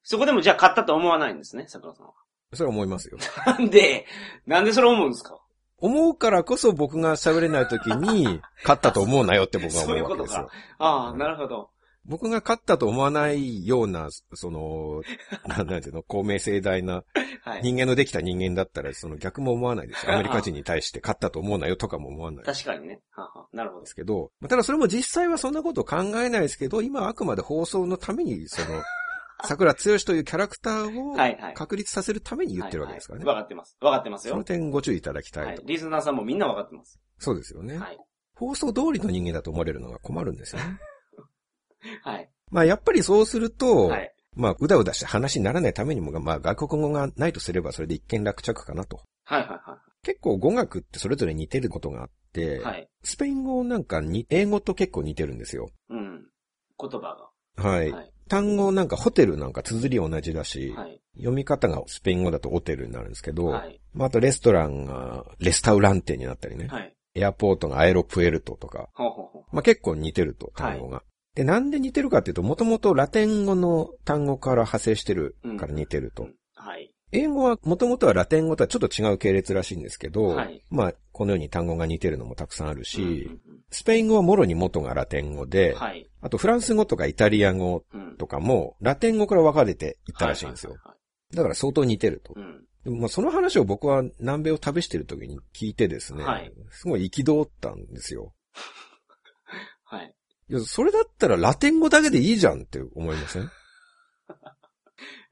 B: そこでもじゃあ買ったと思わないんですね、桜さんは。
A: それは思いますよ。
B: なんで、なんでそれ思うんですか
A: 思うからこそ僕が喋れない時に、勝ったと思うなよって僕は思うわけです
B: そういう
A: よ
B: こ。あ
A: う
B: あ、
A: ん
B: なるほど。
A: 僕が勝ったと思わないような、その、ななんていうの、公明正大な
B: はい。
A: 人間のできた人間だったら、その逆も思わないですよ。アメリカ人に対して勝ったと思うなよとかも思わない。
B: 確かにね。はあはあなるほど
A: で。すけど、まあただそれも実際はそんなことを考えないですけど、今はあくまで放送のために、そ の、桜剛というキャラクタ
B: は
A: ーを
B: いはい。
A: 確立させるために言ってるわけですからね。
B: はいはいわかってます。わかってます
A: その
B: よ。
A: 点ご注意いただきた
B: はいい
A: と。。
B: リスナーさんもみんなわかってます。
A: そうですよね。
B: はい。
A: 放送通りの人間だと思われるのが困るんですよ ね。
B: はい。
A: まあやっぱりそうすると、
B: はい。
A: まあうだうだして話にならないためにも、まあ外国語がないとすればそれで一見落着かなと。
B: はいは
A: 結構語学ってそれぞれ似てることがあっ
B: いは
A: て、
B: い。はい。
A: スペイン語なんかに英語と結構似てるんですよ。
B: うん。言葉
A: はい。
B: はい
A: 単語なんかホテルなんか綴り同じだし、
B: が。はい。
A: 読み方がスペイン語だとホテルになるんですけど、
B: はい。
A: まああとレストランがレスタウランテになったりね、
B: はい。
A: エアポートがアエロプエルトとか、
B: ほうほうほ
A: まあ、結構似てると、単語が。で、なんで似てるかっていうと、もともとラテン語の単語から派生してるから似てる
B: う
A: と。
B: うん。はい。
A: 英語は、もともとはラテン語とはちょっと違う系列らしいんですけど、
B: はい
A: まあ、このように単語が似てるのもたくさんあるし、
B: うんうん
A: スペイン語はもろに元がラテン語
B: う
A: で、
B: んはい。
A: あとフランス語とかイタリア語
B: うん。
A: とかも、ラテン語から分かれていったらしいんですよ
B: は。は
A: だから相当似てると。
B: いはいはい。うん。
A: でもまあその話を僕は南米を旅してる時に聞いてですね、
B: はい
A: すごい憤ったんですよ。
B: はい。
A: いや、それだったらラテン語だけでいいじゃんって思いません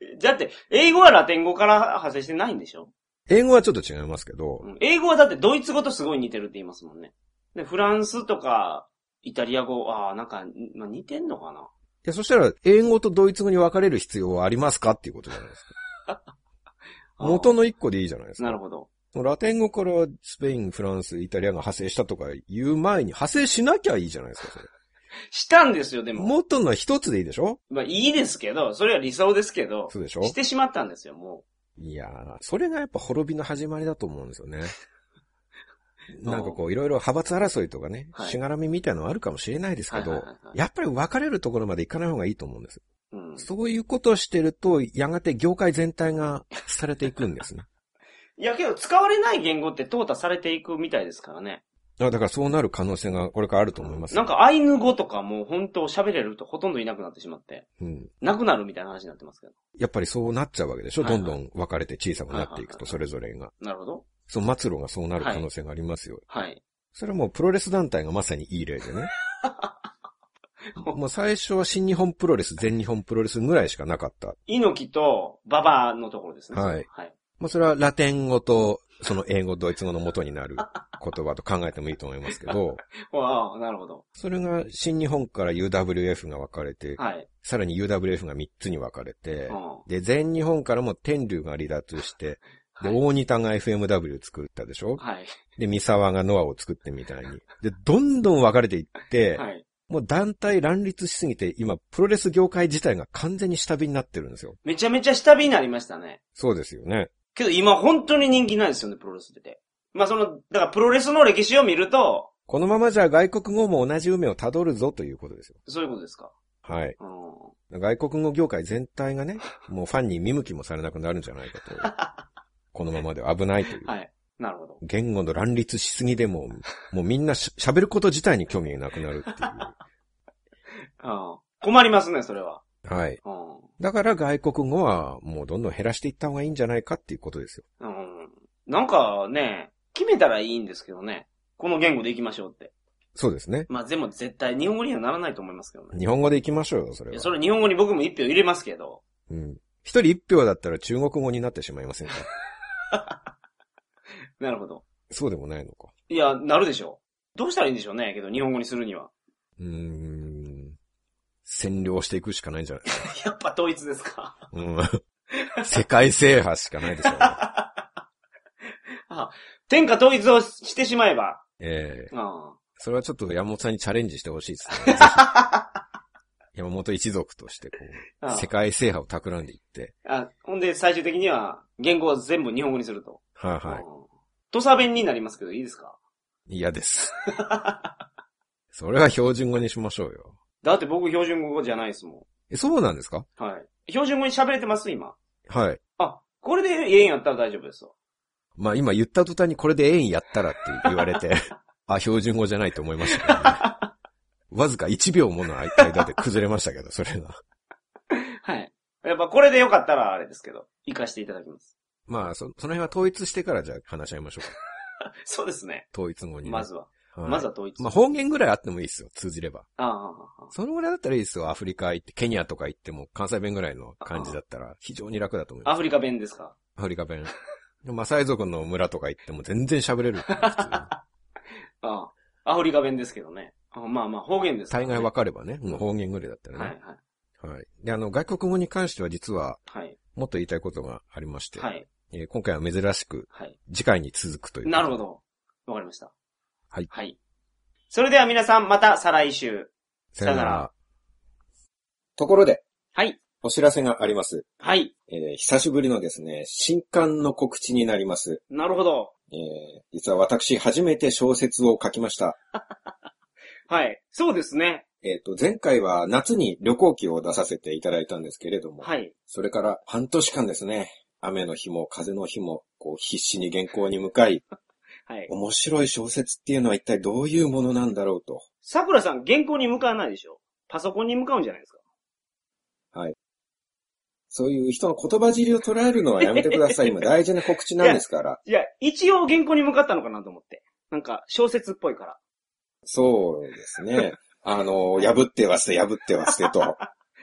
B: えだって、英語はラテン語から派生してないんでしょ
A: 英語はちょっと違いますけど
B: う、ん英語はだってドイツ語とすごい似てるって言いますもんね。で、フランスとか、イタリア語、ああ、なんか、んまあ、似てんのかない
A: や、そしたら英語とドイツ語に分かれる必要はありますかっていうことじゃないですか。
B: あー
A: 元の一個でいいじゃないですか。
B: なるほど。
A: ラテン語からスペイン、フランス、イタリアが派生したとか言う前に派生しなきゃいいじゃないですか、それ。
B: したんですよ、でも。
A: 元の一つでいいでしょ
B: まあ、いいですけど、それは理想ですけど、
A: そうでしょ
B: してしまったんですよ、も
A: いやー、それがやっぱ滅びの始まりだと思うんです よね。なんかこう、いろいろ派閥争いとかね、
B: はい
A: しがらみみたいなのはあるかもしれないです
B: う。は
A: け
B: いはい
A: ど
B: は、いはい
A: やっぱり分かれるところまで行かない方がいいと思うんです。
B: うん
A: そういうことをしてると、やがて業界全体がされていくんですね。
B: いやけど、使われない言語って淘汰されていくみたいですからね。
A: あだからそうなる可能性がこれからあると思います。
B: なん、か、アイヌ語とかもう本当喋れるとほとんどいなくなってしまって、
A: うん。
B: なくなるみたいな話になってますけど。
A: やっぱりそうなっちゃうわけでしょ、
B: はいはい
A: どんどん分かれて小さくなっていくと、
B: はいはいはい
A: それぞれが。
B: なるほど。
A: その末路がそうなる可能性がありますよ。
B: はい。
A: それはもうプロレス団体がまさにいい例 でね。もう最初は新日本プロレス、全日本プロレスぐらいしかなかった。
B: 猪木とババアのところですね。
A: はい
B: はい。
A: まあそれはラテン語と、その英語、ドイツ語の元になる言葉と考えてもいいと思いますけ ど、
B: ああ、なるほど。
A: それが新日本から UWF が分かれて、
B: はい。
A: さらに UWF が3つに分かれて
B: う、ん
A: で、全日本からも天竜が離脱して、で、
B: はい。
A: 大仁田が FMW 作ったでしょ
B: はい。
A: で、三沢がノアを作ってみたいに。で、どんどん分かれていって、
B: はい。
A: もう団体乱立しすぎて、今、プロレス業界自体が完全に下火になってるんですよ。
B: めちゃめちゃ下火になりましたね。
A: そうですよね。
B: けど今本当に人気ないですよね、プロレスってて。まあその、だからプロレスの歴史を見ると、
A: このままじゃ外国語も同じ運命をたどるぞということですよ。
B: そういうことですか。
A: はい。
B: うん。
A: 外国語業界全体 がね、もうファンに見向きもされなくなるんじゃないかと。このままでは危ないという。
B: はい。なるほど。
A: 言語の乱立しすぎでも、 もうみんなし喋ること自体に興味がなくなるって い
B: うん。困りますね、それは。
A: う。はい。
B: うん。
A: だから外国語はもうどんどん減らしていった方がいいんじゃないかっていうことですよ。
B: うん。なんかね、決めたらいいんですけどね。この言語で行きましょうって。
A: そうですね。
B: まあ、でも絶対日本語にはならないと思いますけどね。
A: 日本語で行きましょうよ、それ
B: い
A: は。
B: や、それ日本語に僕も一票入れますけど。
A: うん。一人一票だったら中国語になってしまいませんか
B: なるほど。
A: そうでもないのか。
B: いや、なるでしょう。どうしたらいいんでしょうね、けど日本語にするには。
A: うーん。占領していくしかないんじゃないですか。
B: やっぱ統一ですか。
A: うん。世界制覇しかないでしょうね。
B: 天下統一をしてしまえば。
A: ええ
B: うん。
A: それはちょっと山本さんにチャレンジしてほしいですね。ぜ ひ山本一族としてこ
B: うん
A: う、世界制覇を企んでいって。
B: あ、ほんで最終的には言語を全部日本語にすると。
A: はい
B: は。
A: はい
B: 土佐弁になりますけど、いいですか
A: い。嫌です。 それは標準語にしましょうよ。
B: だって僕標準語じゃないですも
A: え、そうなんですか
B: ん。はい。標準語に喋れてます今。
A: はい。
B: あ、これでええんやったら大丈夫ですわ。
A: まあ今言った途端にこれで円やったらって言われ て、あ、標準語じゃないと思いましたけどね、わずか1秒もの間で崩れましたけど、それが。
B: はい。やっぱこれでよかったらあれですけど、活かしていただきます。
A: まあそ、その辺は統一してからじゃあ話し合いましょうか。
B: そうですね。
A: 統一語にね、
B: まずは。
A: はい
B: まずは統一。
A: まあ方言ぐらいあってもいいですよ、通じれば。
B: ああああ、
A: そのぐらいだったらいいですよ。アフリカ行って、ケニアとか行っても、関西弁ぐらいの感じだったら、非常に楽だと思い
B: あ
A: ま
B: あア
A: す。
B: フリカ弁ですか。
A: アフリカ弁。でもマサイ族の村とか行っても全然喋れ るっていう。普通に
B: ああ、アフリカ弁ですけどね。あまあまあ、方言ですから
A: 大
B: ね、
A: 概わかればね、うん方言ぐらいだったら
B: はい
A: ね。はい、で、あの、外国語に関しては実は、
B: はい。はい。
A: もっと言いたいことがありまして、
B: はい。
A: えー今回は珍しく、
B: はい。
A: 次回に続くという。
B: なるほ。ど。わかりました。
A: はい
B: はい。それでは皆さん、また再来週。
A: さよな
B: さよな
A: ら
B: ら。
A: ところで、
B: はい。
A: お知らせがあります。
B: はい。
A: えー久しぶりのですね、新刊の告知になります。
B: なるほど。
A: えー実は私初めて小説を書きました。
B: はい。そうですね。
A: えっ、と、前回は夏に旅行記を出させていただいたんですけれども、
B: はい。
A: それから半年間ですね、雨の日も風の日も、こう必死に原稿に向かい、
B: はい。
A: 面白い小説っていうのは一体どういうものなんだろうと。
B: 桜さん、原稿に向かわないでしょパソコンに向かうんじゃないですか
A: そういう人の言葉尻を捉えるのはやめてくだ さい。今大事な告知なんですから。
B: いや、一応原稿に向かったのかなと思って。なんか、小説っぽいから。
C: そうですね。あの、破っては捨て、破っては捨てと、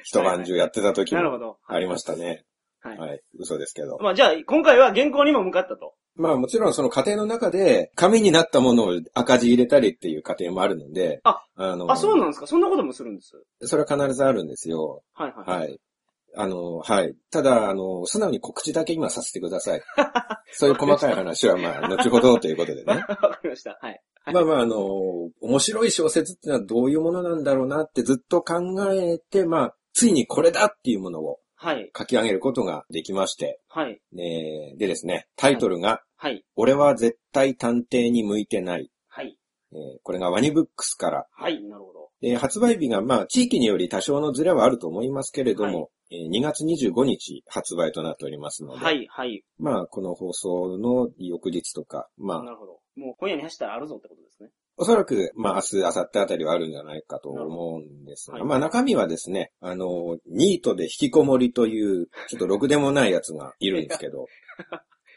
C: 一晩中やってた時
B: なる
C: も
B: ほど。
C: ありましたね。
B: はい。
C: はい。嘘ですけど。
B: まあ、じゃあ、今回は原稿にも向かったと。
C: まあもちろんその過程の中で、紙になったものを赤字入れたりっていう過程もあるので、
B: あ、
C: の、
B: あ、そうなんですかそんなこともするんです。
C: それは必ずあるんですよ。
B: はいはい。
C: はい。あの、はい。ただ、あの、素直に告知だけ今させてくだ さい。そういう細かい話はまあ、後ほどということでね。
B: わかりました。はい。
C: まあまあ、あの、面白い小説ってのはどういうものなんだろうなってずっと考えて、まあ、ついにこれだっていうものを
B: はい。
C: 書き上げることができまして、
B: はい。
C: ねでですね、タイトルが、
B: はい。
C: 俺は絶対探偵に向いてない。
B: はい。
C: えーこれがワニブックスから、
B: はい。なるほど。
C: で発売日がまあ地域により多少のズレはあると思いますけれども、えー2月25日発売となっておりますので、
B: はい。はい。
C: まあこの放送の翌日とか、まあ
B: なるほど。もう今夜に走ったらあるぞってことですね。
C: おそらく、まあ、明日、明後日あたりはあるんじゃないかと思うんです
B: なる
C: が、
B: ほど
C: まあ、中身はですね、あの、ニートで引きこもりという、ちょっとろくでもないやつがいるんですけど、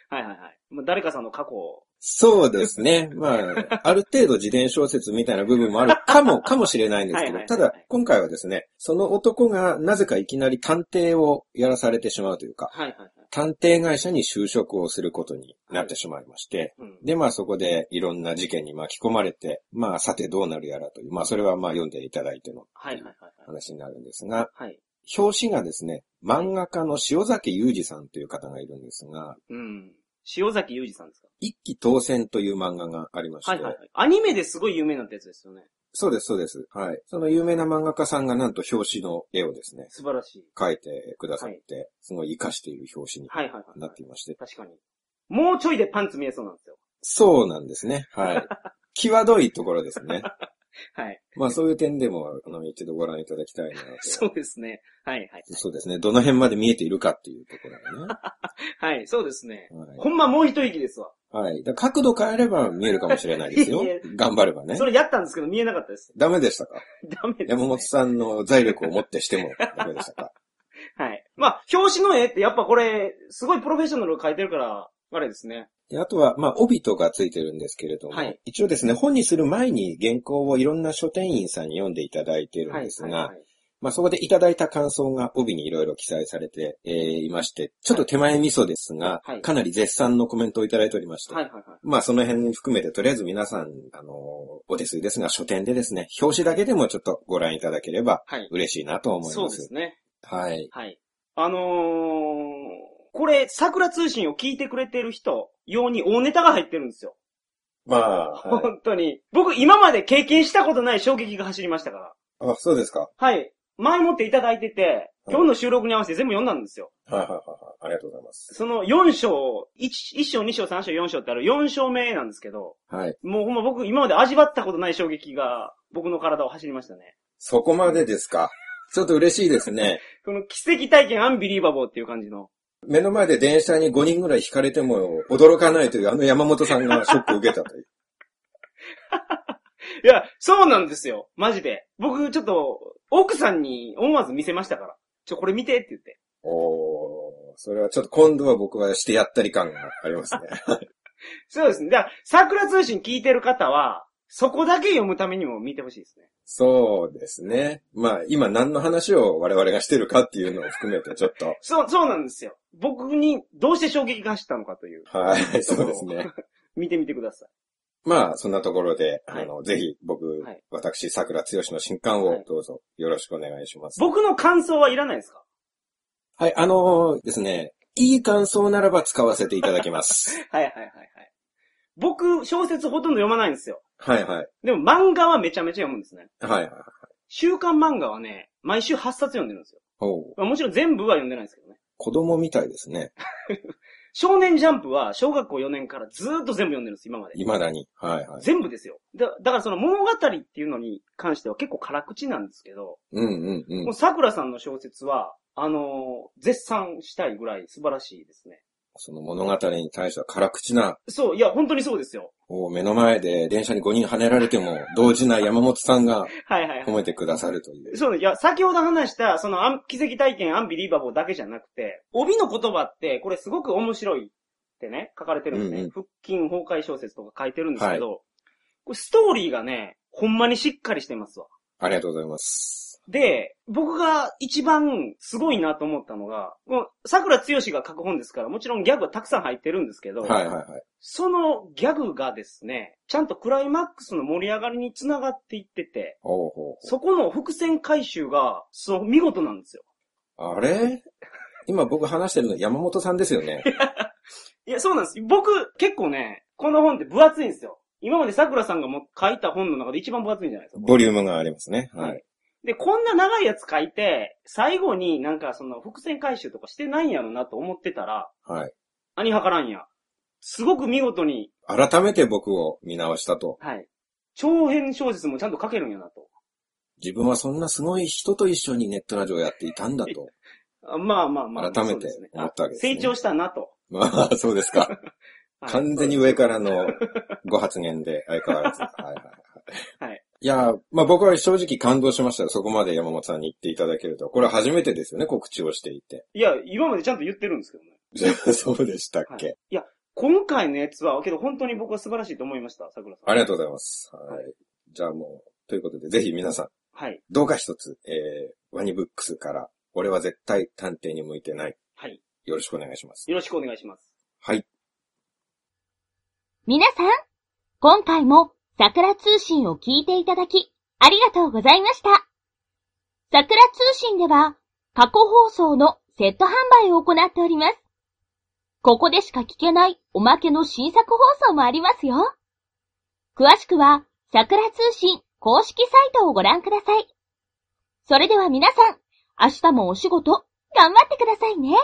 B: はいはいはい。まあ、誰かさんの過去を。
C: そうです ね。まあ、ある程度自伝小説みたいな部分もあるかも、 かもしれないんですけ
B: はいはい
C: ど
B: は、い
C: ただ、今回はですね、その男がなぜかいきなり探偵をやらされてしまうというか、
B: はいはいはい。
C: 探偵会社に就職をすることになってしまいまして、
B: うん。
C: で、まあそこでいろんな事件に巻き込まれて、まあさてどうなるやらという、まあそれはまあ読んでいただいての
B: はいはいはいはい。
C: 話になるんですが、
B: はい。
C: 表紙がですね、漫画家の塩崎裕二さんという方がいるんですが、
B: うん。塩崎裕二さんですか
C: 一期当選という漫画がありまして、
B: はいはいはい。アニメですごい有名になったやつですよね。
C: そうです、そうです。はい。その有名な漫画家さんがなんと表紙の絵をですね、
B: 素晴らしい。
C: 描いてくださって、すごい活かしている表紙に
B: はいはいはい。
C: なっていまして、
B: 確かに。もうちょいでパンツ見えそうなんですよ。
C: そうなんですね。 はい。際どいところですね。
B: はい。
C: まあそういう点でも、あの、一度ご覧いただきたいなと。
B: そうですね。はいはい。
C: そうですね。どの辺まで見えているかっていうところだね。
B: はい、そうですね。
C: はい
B: ほんまもう一息ですわ。
A: はい。だから角度変えれば見えるかもしれないですよ
B: いやいや。
A: 頑張ればね
B: そ。れやったんですけど見えなかったです。
A: ダメでしたか
B: ダメです。
A: 山本さんの財力をもってしてもダメでしたか
B: はい。まあ、表紙の絵ってやっぱこれ、すごいプロフェッショナルが描いてるから、あれですね。
A: であとは、まあ、帯とかついてるんですけれども、
B: はい
A: 一応ですね、本にする前に原稿をいろんな書店員さんに読んでいただいてるんですが、
B: はい
A: まあ、そこでいただいた感想が帯にいろいろ記載されて、えーいまして、ちょっと手前味噌ですが、
B: はい
A: かなり絶賛のコメントをいただいておりまして、
B: はいはいはい。
A: まあその辺含めてとりあえず皆さん、あのー、お手数ですが、書店でですね、表紙だけでもちょっとご覧いただければ
B: はい。
A: 嬉しいなと思い
B: そう
A: ま。
B: ですすね。
A: はい。
B: はい。あのー、これ、桜通信を聞いてくれてる人用に大ネタが入ってるんですよ。
A: まあ、はい
B: 本当に。僕、今まで経験したことない衝撃が走りましたから。
A: あ、そうですか。
B: はい。前もっていただいてて、
A: はい
B: 今日の収録に合わせて全部読んだんですよ。
A: はいはいはいはい。ありがとうございます。
B: その4章、1, 1章、2章、3章、4章ってある4章目なんですけど、
A: はい。
B: もうほんま僕今まで味わったことない衝撃が僕の体を走りましたね。
A: そこまでですか。ちょっと嬉しいですね。
B: その奇跡体験アンビリーバボーっていう感じの。
A: 目の前で電車に5人ぐらい引かれても驚かないというあの山本さんがショックを受けたとい う。
B: いや、そうなんですよ。マジで。僕ちょっと奥さんに思わず見せましたから。ちょ、これ見てって言って。
A: おー、それはちょっと今度は僕はしてやったり感があり ますね。
B: そうですね。だから、桜通信聞いてる方は、そこだけ読むためにも見てほしいですね。
A: そうですね。まあ、今何の話を我々がしてるかっていうのを含めてちょっと。
B: そう、そうなんですよ。僕にどうして衝撃が走ったのかと いう。
A: はい、そうですね。
B: 見てみてください。
A: まあ、そんなところで、
B: はい
A: あの、ぜひ僕、
B: はい
A: 私、桜剛の新刊
B: は
A: を
B: い
A: どうぞよろしくお願いします。
B: 僕の感想はいらないですか
A: はい、あのーですね、いい感想ならば使わせていただき ます。
B: はいはいはいはい。僕、小説ほとんど読まないんですよ。
A: はいはい。
B: でも漫画はめちゃめちゃ読むんですね。
A: はいはい。
B: 週刊漫画はね、毎週8冊読んでるんですよ。
A: おう
B: まあもちろん全部は読んでないんですけどね。
A: 子供みたいですね。
B: 少年ジャンプは小学校4年からずーっと全部読んでるんです、今まで。
A: 未だに。はいはい。
B: 全部ですよ。だだからその物語っていうのに関しては結構辛口なんですけど、
A: うんうんう
B: も
A: ん
B: う。桜さんの小説は、あのー絶賛したいぐらい素晴らしいですね。
A: その物語に対しては辛口な
B: そう、いや、本当にそうですよ。
A: お目の前で電車に5人跳ねられても、動じない山本さんが
B: はいはいはい。
A: 褒めてくださるという。
B: そうね。いや、先ほど話した、その、アン奇跡体験アンビリーバボーだけじゃなくて、帯の言葉って、これすごく面白いってね、書かれてるんですね。
A: うんうん
B: 腹筋崩壊小説とか書いてるんですけど、これストーリーがね、ほんまにしっかりしてますわ。
A: ありがとうございます。
B: で、僕が一番すごいなと思ったのが、この桜剛が書く本ですから、もちろんギャグはたくさん入ってるんですけど、
A: はいはいはい。
B: そのギャグがですね、ちゃんとクライマックスの盛り上がりにつながっていってて、
A: おうほう
B: そこの伏線回収が、そう、見事なんですよ。
A: ほうあれ今僕話してるの山本さんですよね。
B: いや、そうなんです。僕、結構ね、この本って分厚いんですよ。今まで桜さんがもう書いた本の中で一番分厚いんじゃないですか。
A: ボリュームがありますね。は。
B: はいいで、こんな長いやつ書いて、最後になんかその伏線回収とかしてないんやろなと思ってたら、
A: はい。
B: アニハカランや。すごく見事に、
A: 改めて僕を見直したと。
B: はい。長編小説もちゃんと書けるんやなと。
A: 自分はそんなすごい人と一緒にネットラジオをやっていたんだ と。
B: あまあまあまあ。
A: 改めて
B: そうですね
A: 思ったわけですね
B: あ成長したなと。
A: まあ、そうですか。
B: はい
A: 完全に上からのご発言で相変わらず。はいはいはい。
B: はい
A: いや、まあ僕は正直感動しましたよ。そこまで山本さんに言っていただけると。これは初めてですよね、告知をしていて。
B: いや、今までちゃんと言ってるんですけどね。
A: そうでしたっけ、
B: はい、いや、今回のやつは、けど本当に僕は素晴らしいと思いました、桜さん。
A: ありが
B: とう。
A: とうございます。はい。じゃあもう、ということで、ぜひ皆さん、
B: はい。
A: どうか一つ、えー、ワニブックスから、俺は絶対探偵に向いてない。
B: はい。
A: よろしくお願いします。
B: よろしくお願いします。
A: はい。
D: 皆さん、今回も桜通信を聞いていただき、ありがとうございました。桜通信では、過去放送のセット販売を行っております。ここでしか聞けないおまけの新作放送もありますよ。詳しくは、桜通信公式サイトをご覧ください。それでは皆さん、明日もお仕事、頑張ってくださいね。